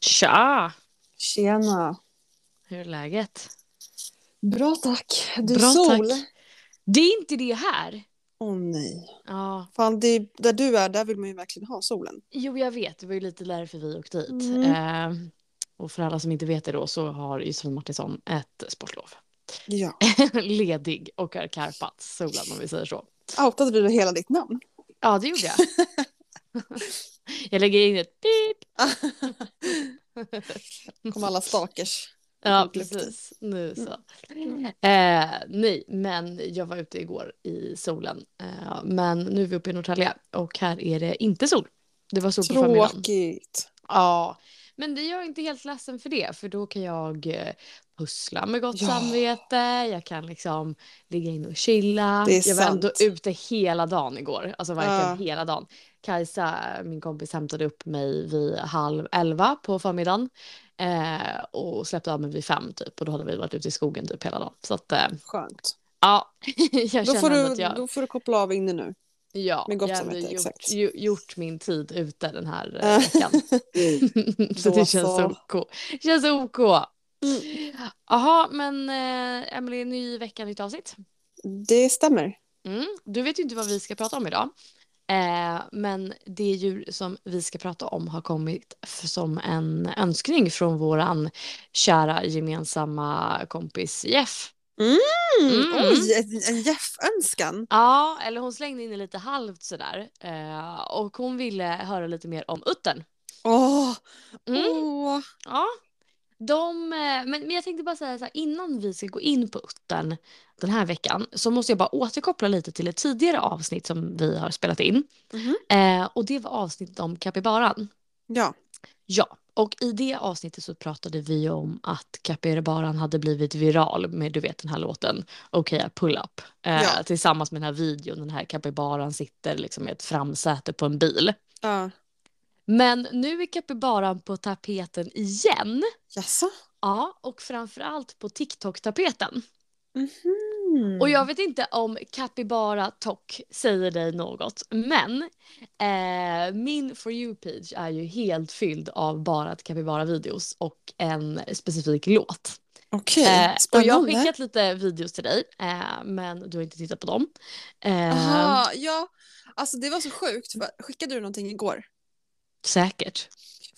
Tja! Tjena. Hur är läget? Bra tack. Du Bra, sol. tack. Det är inte det här. Åh nej. Ja. Fan, det, där du är, där vill man ju verkligen ha solen. Jo, jag vet. Det var ju lite därför vi åkte dit. Mm. Eh, och för alla som inte vet det då så har Josefin Martinsson ett sportlov. Ja. Ledig och har karpat solen om vi säger så. Outade du hela ditt namn? Ja, det gjorde jag. jag lägger in ett pip. Kom alla stalkers. Ja, Sjukt luftigt. precis. Nu så. Eh, nej, men jag var ute igår i solen. Eh, men nu är vi uppe i Norrtälje och här är det inte sol. Det var sol på förmiddagen. Tråkigt. Ja, men det är jag inte helt ledsen för det, för då kan jag eh, pussla med gott Ja. samvete, jag kan liksom ligga in och chilla. Det är jag var ändå sant. ute hela dagen igår, alltså verkligen Ja. hela dagen. Kajsa, min kompis, hämtade upp mig vid halv elva på förmiddagen eh, och släppte av mig vid fem typ och då hade vi varit ute i skogen typ hela dagen. Så att eh, Skönt. ja, jag Då känner får, ändå att du, jag... då får du koppla av inne nu. Ja, Med gott jag hade samvete, gjort, exakt. ju, gjort min tid ute den här eh, Ja. veckan. så Mm. Då det känns så. OK. Känns OK. Jaha, men eh, Emelie, ny vecka, nytt avsnitt. Det stämmer. Mm. Du vet ju inte vad vi ska prata om idag. Eh, men det djur som vi ska prata om har kommit f- som en önskning från våran kära gemensamma kompis Jeff. Mm. Oj, en, en Jeff-önskan. Ja, eller hon slängde in det lite halvt sådär. Eh, och hon ville höra lite mer om uttern. Åh. Mm. Åh. Ja. De, eh, men, men jag tänkte bara säga så här, innan vi ska gå in på uttern den här veckan så måste jag bara återkoppla lite till ett tidigare avsnitt som vi har spelat in. Mhm. Eh, och det var avsnittet om kapybaran. Ja. Ja, och i det avsnittet så pratade vi om att kapybaran hade blivit viral med du vet den här låten Okej pull up. Eh, Ja. Tillsammans med den här videon, den här kapybaran sitter liksom i ett framsäte på en bil. Ja. Men nu är kapybaran på tapeten igen. Jaså? Ja, och framförallt på TikTok-tapeten. Mhm. Och jag vet inte om Capybara Tok säger dig något, men eh, min For You-page är ju helt fylld av bara Capybara-videos och en specifik låt. Okej, Eh, och jag har spännande. skickat lite videos till dig, eh, men du har inte tittat på dem. Eh, Aha, ja. Alltså det var så sjukt. för- Skickade du någonting igår? säkert.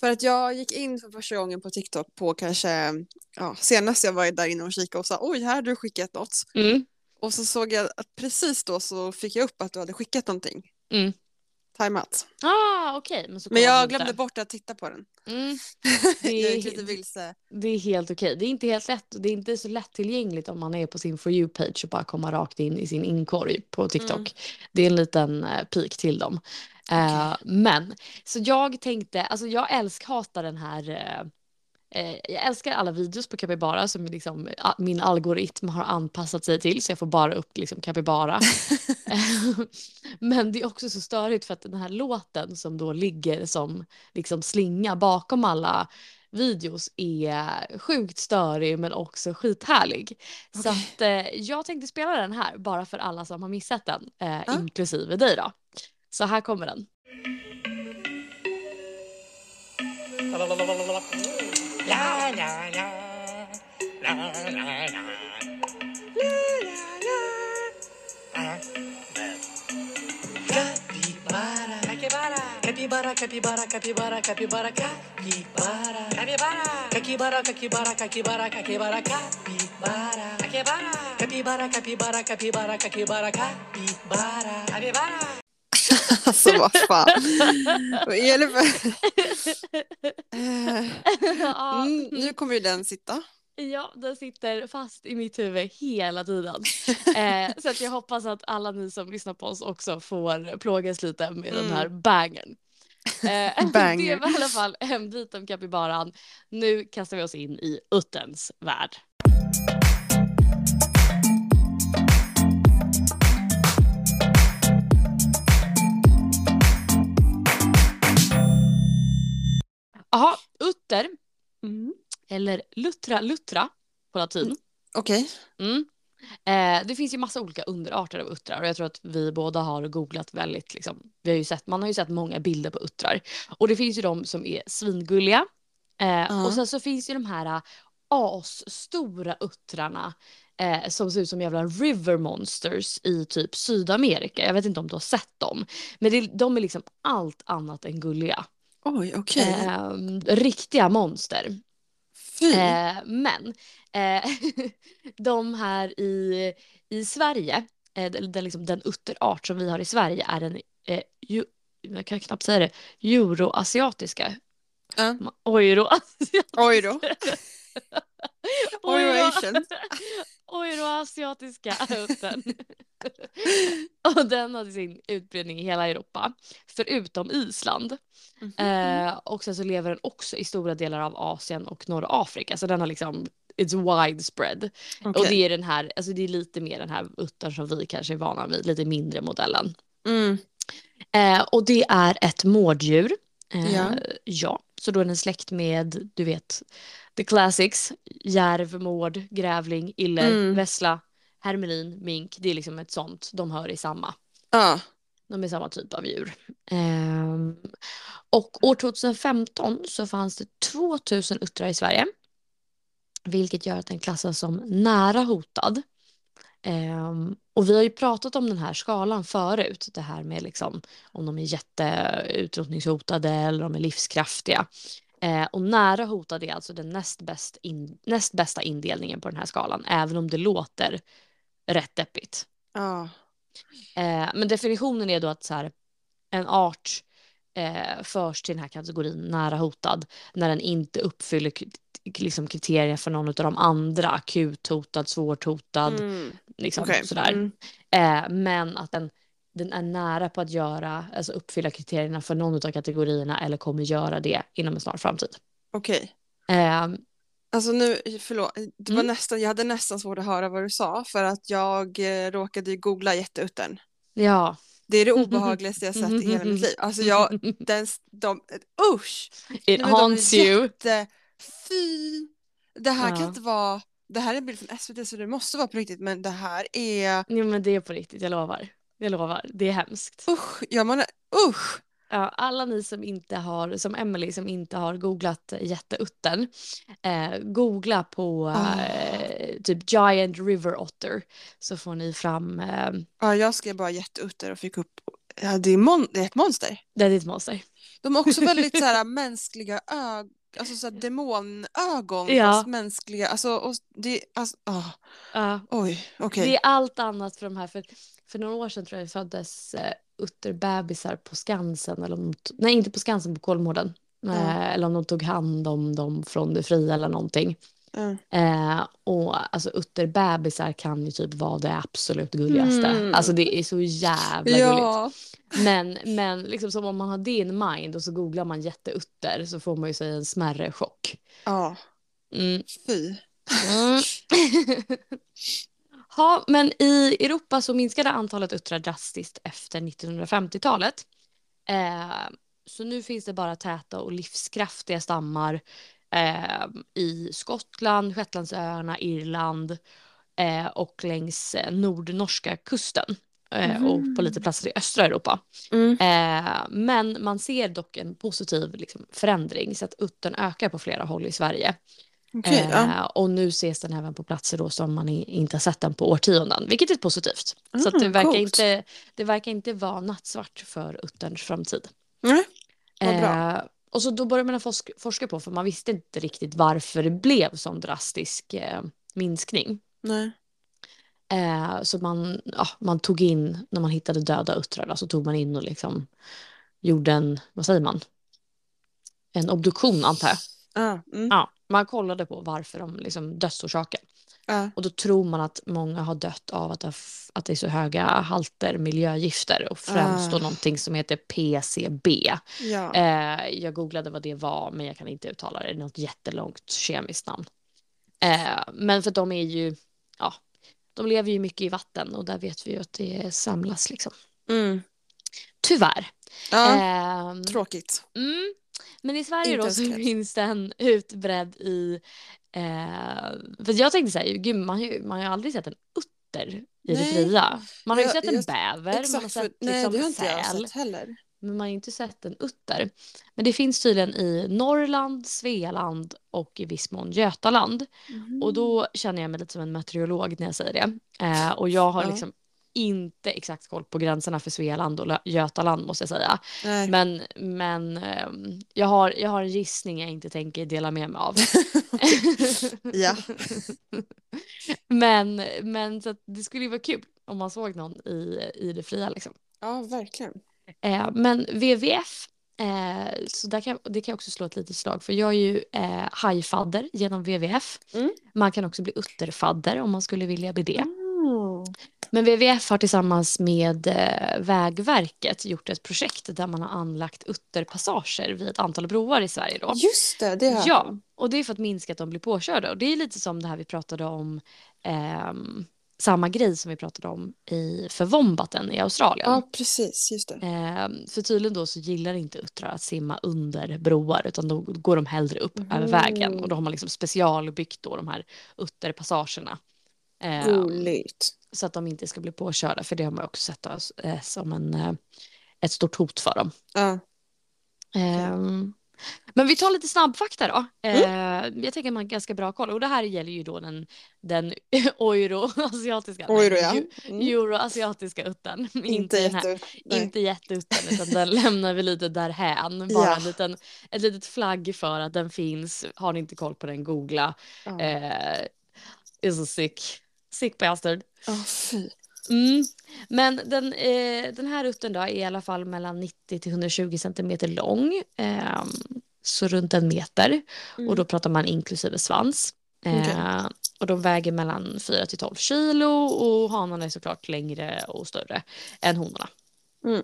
För att jag gick in för första gången på TikTok på kanske, ja, senast jag var där inne och kikade och sa oj, här har du skickat något. Mm. Och så såg jag att precis då så fick jag upp att du hade skickat någonting. Mm. Tajmat. Ah, okej. men så Men kollar jag du inte. glömde bort att titta på den. Mm. jag gick lite Det, vilse. Det är helt okej. Det är inte helt lätt. Det är inte så lättillgängligt om man är på sin For You-page och bara komma rakt in i sin inkorg på TikTok. Mm. Det är en liten eh, pik till dem. Eh, men, så jag tänkte, alltså jag älskhatar den här eh, Eh, jag älskar alla videos på Capybara som är liksom, a- min algoritm har anpassat sig till så jag får bara upp liksom Capybara. Men det är också så störigt för att den här låten som då ligger som liksom slinga bakom alla videos är sjukt störig men också skithärlig. Så Okej. att, eh, jag tänkte spela den här bara för alla som har missat den, eh, Ja. inklusive dig då. Så här kommer den. La la la la la la. La la la. La la la. La la la. Capybara, capybara, capybara, capybara, capybara, capybara, capybara, capybara, kakibara, kakibara, kakibara, kakibara, capybara, capybara, capybara, capybara, capybara, capybara, capybara, capybara. Alltså vad fan. Vad är det för... Eh, Ja. mm, nu kommer ju den sitta. Ja, den sitter fast i mitt huvud hela tiden. Eh, så att jag hoppas att alla ni som lyssnar på oss också får plågas lite med den här bangern. Eh, Det Banger. var i alla fall en bit om kapybaran. Nu kastar vi oss in i utterns värld. Jaha, utter Mm. eller luttra luttra på latin. Okej. Mm. Eh, det finns ju massa olika underarter av uttrar och jag tror att vi båda har googlat väldigt. Liksom, vi har ju sett, man har ju sett många bilder på uttrar och det finns ju de som är svingulliga Eh, Ja. Och sen så finns ju de här eh, asstora uttrarna eh, som ser ut som jävla river monsters i typ Sydamerika. Jag vet inte om du har sett dem. Men det, de är liksom allt annat än gulliga. Oj, okej. Eh, riktiga monster. Fy. Eh, men eh, de här i, i Sverige, eh, den, den liksom, den utterart som vi har i Sverige är den, eh, ju, jag kan knappt säga det, euroasiatiska. Ja. Ma- Euroasiatiska. Oj då. Euro- Euroasian. Euroasiatiska uttern. Och den hade sin utbredning i hela Europa, förutom Island. Eh, och sen så lever den också i stora delar av Asien och norra Afrika. Så den har liksom, it's widespread. Okej. Och det är den här, alltså det är lite mer den här uttern som vi kanske är vana vid, lite mindre modellen. Mm. Eh, och det är ett mårddjur. Eh, Ja. ja, så då är den släkt med, du vet, the classics. Järv, mård, grävling, iller, Mm. vessla, hermelin, mink. Det är liksom ett sånt, de hör i samma. Ja. De är samma typ av djur. Ehm, och år 2015 så fanns det 2000 uttrar i Sverige. Vilket gör att den klassas som nära hotad. Ehm, och vi har ju pratat om den här skalan förut. Det här med liksom, om de är jätteutrotningshotade eller om de är livskraftiga. Eh, och nära hotad är alltså den näst, bäst in, näst bästa indelningen på den här skalan. Även om det låter rätt deppigt. Ja. Eh, men definitionen är då att så här, en art eh, förs till den här kategorin nära hotad när den inte uppfyller k- liksom, kriterier för någon av de andra, akut hotad, svårt hotad, Mm. liksom, Okej. sådär. Mm. Eh, men att den, den är nära på att göra, alltså uppfylla kriterierna för någon av kategorierna eller kommer göra det inom en snar framtid. Okej. Eh, Alltså nu, förlåt, det var Mm. nästan, jag hade nästan svårt att höra vad du sa för att jag eh, råkade ju googla jätteuttern. ja. Det är Mm-hmm. det obehagligaste jag sett i hela mitt liv. Alltså jag, den, de, usch! It Nej, men de är haunts you. Det, fy! Det här kan Ja. inte vara, det här är en bild från SVT så det måste vara på riktigt men det här är, Nej, men det är på riktigt, jag lovar. Jag lovar, det är hemskt. usch, ja man, usch! Ja, alla ni som inte har, som Emily som inte har googlat jätteuttern, eh, googla på Ah. eh, typ Giant River Otter så får ni fram, eh, Ja, jag skrev bara jätteutter och fick upp, ja, det, är mon, det är ett monster. det är ditt monster. De har också väldigt så här mänskliga ögon, alltså så här demonögon Ja. fast mänskliga, alltså, och det, alltså, ah, Ja, oj, okej. det är allt annat för de här, för, för några år sedan tror jag det föddes eh, utterbebisar på Skansen, eller om, de to- nej inte på Skansen, på Kolmården. Ja. Eh, eller om de tog hand om dem från det fria eller någonting. Ja. Eh, och alltså utterbebisar kan ju typ vara det absolut gulligaste. Mm. Alltså det är så jävla gulligt. Ja, Men, men liksom som om man har det in mind och så googlar man jätteutter så får man ju sig en smärre chock. ja, Mm. fy. Mm. ja, men i Europa så minskade antalet uttrar drastiskt efter 1950-talet. Eh, så nu finns det bara täta och livskraftiga stammar eh, i Skottland, Shetlandsöarna, Irland eh, och längs eh, nordnorska kusten eh, och på lite platser i östra Europa. Mm. Eh, men man ser dock en positiv liksom, förändring så att uttern ökar på flera håll i Sverige. Okej, ja. Eh, och nu ses den även på platser då som man i, inte har sett den på årtionden, vilket är positivt. så att det, Mm, verkar coolt. inte, det verkar inte vara nattsvart för utterns framtid. Nej, vad bra. Eh, och så då började man forsk forska på, för man visste inte riktigt varför det blev sån drastisk eh, minskning. Nej. Eh, så man, ja, man tog in, när man hittade döda uttrar, då, så tog man in och liksom gjorde en, vad säger man? En obduktion antar jag. Ja, mm. Ja, man kollade på varför de liksom dödsorsaken. ja. Och då tror man att många har dött av att, det- att det är så höga halter miljögifter och främst då Ah. någonting som heter PCB. ja. Eh, jag googlade vad det var men jag kan inte uttala det, det är något jättelångt kemiskt namn. Eh, men för de är ju, ja, de lever ju mycket i vatten och där vet vi ju att det samlas liksom. Mm. Tyvärr. ja. Ehm, tråkigt. Mm. Men i Sverige Inte då ens så kläder. finns den utbredd i... Eh, för jag tänkte så här, gud, man, har ju- man har ju aldrig sett en utter i det Nej. fria. Man har ju sett Jag- en jag- bäver, man har Exakt, för, sett nej liksom det har inte jag säl. sett heller. men man har ju inte sett en utter. Men det finns tydligen i Norrland, Svealand och i viss mån Götaland. Och Mm. då känner jag mig lite som en meteorolog när jag säger det. Eh, och jag har Ja. liksom inte exakt koll på gränserna för Svealand och Lö- Götaland måste jag säga. Nej. Eh, Men, men ehm, jag, har, jag har en gissning jag inte tänker dela med mig av. Ja. men men så att det skulle ju vara kul om man såg någon i, i det fria. Liksom. ja, verkligen. Eh, men VVF, eh, så där kan, jag- det kan jag också slå ett litet slag för. Jag är ju eh, hajfadder genom VVF. Mm. Man kan också bli utterfadder om man skulle vilja bli det. Mm. Men WWF har tillsammans med eh, Vägverket gjort ett projekt där man har anlagt utterpassager vid ett antal broar i Sverige. Då. Just det, det har jag. Ja, och det är för att minska att de blir påkörda. Och det är lite som det här vi pratade om, ehm, samma grej som vi pratade om i, för Vombaten i Australien. Ja, precis. Just det. Ehm, för tydligen då så gillar inte uttrar att simma under broar utan då går de hellre upp Mm. över vägen. Och då har man liksom specialbyggt då de här utterpassagerna. Ehm, Gulligt. så att de inte ska bli påkörda för det har man också sett oss, eh, som en, eh, ett stort hot för dem. Ja. Ehm, men vi tar lite snabbfakta då. Mm. Ehm, jag tänker att man har ganska bra koll och det här gäller ju då den, den euroasiatiska, Oj då, nej, ja. ju- Mm. euroasiatiska uttern. Inte den här- jätte... nej. inte jätteuttern utan den lämnar vi lite därhän. Bara Ja. en liten, ett litet flagg för att den finns. Har ni inte koll på den, googla. Ja. Eh, is a sick, sick bastard. Ja, fy. Mm. Men den, eh, den här rutten då är i alla fall mellan 90 till 120 centimeter lång. ehm, så runt en meter. Mm. Och då pratar man inklusive svans. Eh, Okej. Och de väger mellan 4 till 12 kilo och hanarna är såklart längre och större än honorna. Mm.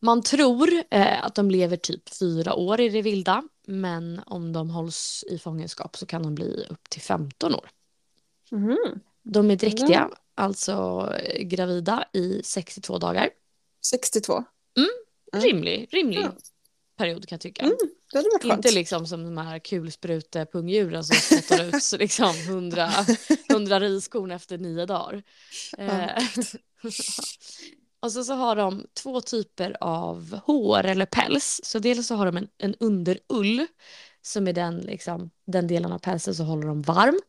Man tror eh, att de lever typ fyra år i det vilda. Men om de hålls i fångenskap så kan de bli upp till 15 år. Mhm. De är dräktiga, Mm. alltså eh, gravida, i 62 dagar. 62. Mm. Rimlig, rimlig Ja. period kan jag tycka. Mm, Det hade varit skönt. Inte liksom som de här kulsprutepungdjuren som spottar ut så liksom 100, 100 riskorn efter nio dagar. Eh, och så, så har de två typer av hår eller päls. Så dels så har de en, en underull som är den, liksom, den delen av pälsen som håller dem varm.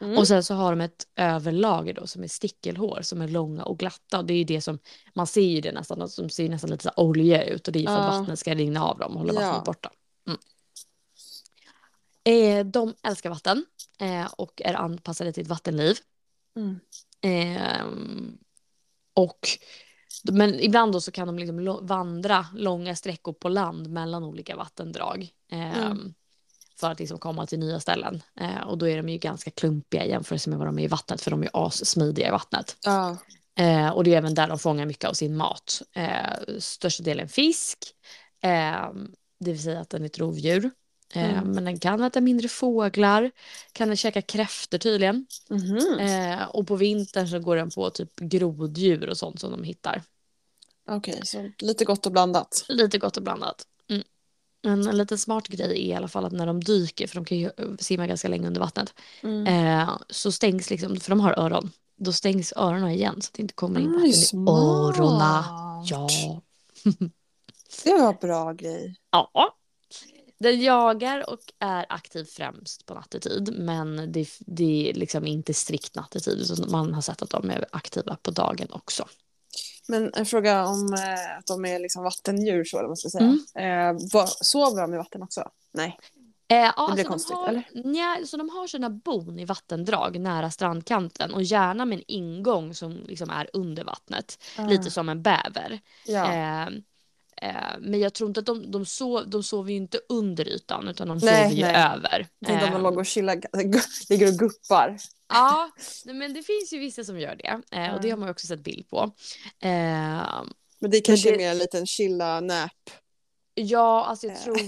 Mm. Och sen så har de ett överlager då som är stickelhår som är långa och glatta. Och det är ju det som, man ser ju det nästan, alltså, de ser ju nästan lite så här olja ut och det är ju för att Ja. vattnet ska rinna av dem och hålla Ja. vattnet borta. Mm. Eh, de älskar vatten eh, och är anpassade till ett vattenliv. Mm. Ehm, och, men ibland då så kan de liksom lo- vandra långa sträckor på land mellan olika vattendrag. ehm, För att liksom komma till nya ställen. Eh, och då är de ju ganska klumpiga i jämförelse med vad de är i vattnet. För de är ju assmidiga i vattnet. Ja. Eh, och det är även där de fångar mycket av sin mat. Eh, största delen fisk. Eh, det vill säga att den är ett rovdjur. Eh, Mm. Men den kan äta mindre fåglar. Kan den käka kräftor tydligen. Mhm. Eh, och på vintern så går den på typ groddjur och sånt som de hittar. Okej, så lite gott och blandat. Lite gott och blandat. Mm. Men en liten smart grej är i alla fall att när de dyker, för de kan ju eh, simma ganska länge under vattnet, Mm. eh, så stängs liksom, för de har öron, då stängs öronen igen så att Ah, det inte kommer in Mm, vatten i smart. öronen. Ja. Det var en bra grej. ja. Den jagar och är aktiv främst på nattetid, men det, det är liksom inte strikt nattetid, utan man har sett att de är aktiva på dagen också. Men en fråga om eh, att de är liksom vattendjur så eller vad man ska säga. Mm. Eh, vad, sover de i vatten också? Nej. Eh, ja, Det alltså blir konstigt, de har, eller? Nja, så de har sina bon i vattendrag nära strandkanten och gärna med en ingång som liksom är under vattnet. Lite som en bäver. Ah. Ja. Eh, eh, men jag tror inte att de, de, sov, de sover ju inte under ytan utan de Nej, sover ju nej. över. Tänk om Eh, de låg och chillar, ligger och guppar. Ja, nej, men det finns ju vissa som gör det eh, och det har man ju också sett bild på. Eh, Men det är kanske det- mer en liten chilla nap. Ja, alltså jag Eh. tror...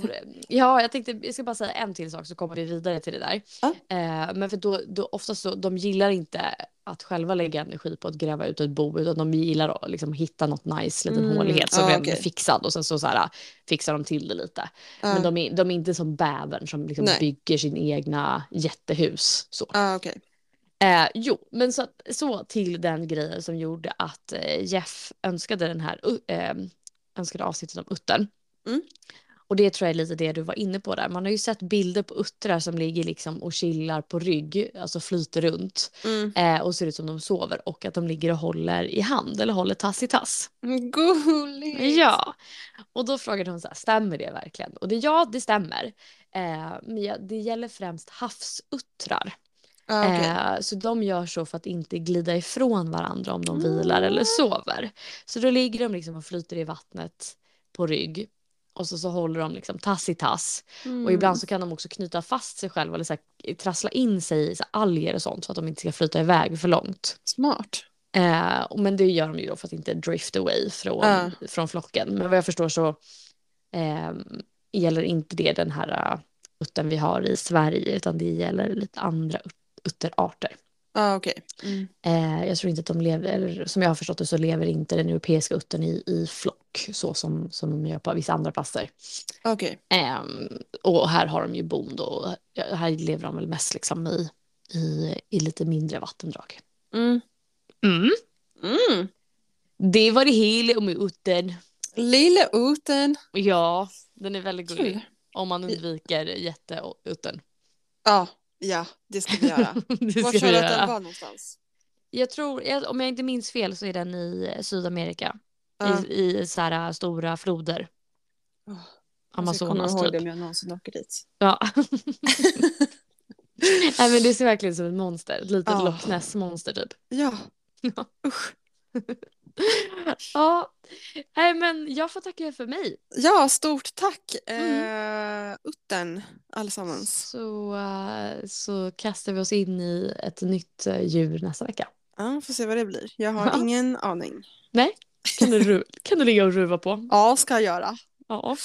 Ja, jag tänkte, jag ska bara säga en till sak så kommer vi vidare till det där. Ja. Eh, men för då, då oftast så, de gillar inte att själva lägga energi på att gräva ut ett bo, utan de gillar att liksom hitta något nice, liten Mm, hålighet som ja, redan är okej. fixad och sen så, så här, fixar de till det lite. Ja. Men de är, de är inte som bävern som liksom Nej. bygger sin egna jättehus. Så. Ah, okej. Eh, jo, men så, så till den grejen som gjorde att eh, Jeff önskade den här uh, eh, önskade avsnittet om uttern. Mm. Och det tror jag är lite det du var inne på där. Man har ju sett bilder på uttrar som ligger liksom och chillar på rygg, alltså flyter runt Mm. eh, och ser ut som de sover och att de ligger och håller i hand eller håller tass i tass. Mm, Gulligt! Ja, och då frågade hon så här, stämmer det verkligen? Och det ja, det stämmer. Eh, men ja, det gäller främst havsuttrar. Ja, Ah, okej. Eh, så de gör så för att inte glida ifrån varandra om de Mm. vilar eller sover. Så då ligger de liksom och flyter i vattnet på rygg. Och så, så håller de liksom tass i tass. Mm. Och ibland så kan de också knyta fast sig själva eller så här, eh, trassla in sig i så här, alger och sånt så att de inte ska flyta iväg för långt. Smart. Eh, och- men det gör de ju då för att inte drift away från, Ja. från flocken. Men vad jag förstår så eh, gäller inte det den här eh, uttern vi har i Sverige utan det gäller lite andra ut- utterarter. Ja, okej. Mm. Eh, jag tror inte att de lever, eller som jag har förstått det så lever inte den europeiska uttern i, i flock så som, som de gör på vissa andra platser. Okej. Eh, och här har de ju bond och här lever de väl mest liksom i, i, i lite mindre vattendrag. Mm. Mm. Mm. Det var det hela om uttern. Lilla Uten. Ja, den är väldigt gullig. Kul. Om man undviker jätteuttern. Ja, ja, det ska vi göra. Det ska Var vi tror du att den göra. var någonstans? Jag tror, jag- om jag inte minns fel så är den i Sydamerika. Ja. I, i så här äh, stora floder. Åh, jag ska komma Amazonas ihåg det typ. om jag någonsin åker dit. Ja. Nej, men det ser verkligen ut som ett monster. Ett litet Ja. Loch Ness-monster typ. Ja, Ja, nej men jag får tacka för mig. ja stort tack Mm. eh, Utten allesammans. Så, eh, så kastar vi oss in i ett nytt eh, djur nästa vecka. Ja, får se vad det blir. Jag har Ja. ingen aning. Kan du, ru- kan du ligga och ruva på. Ja, ska jag göra. Ja.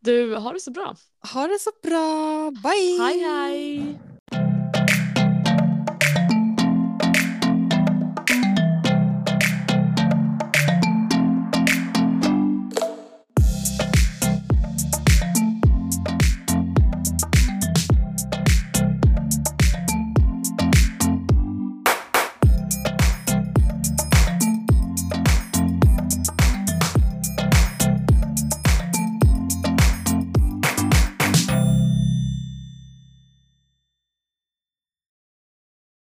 Du, har det så bra. Ha det så bra. Bye! Hej hej!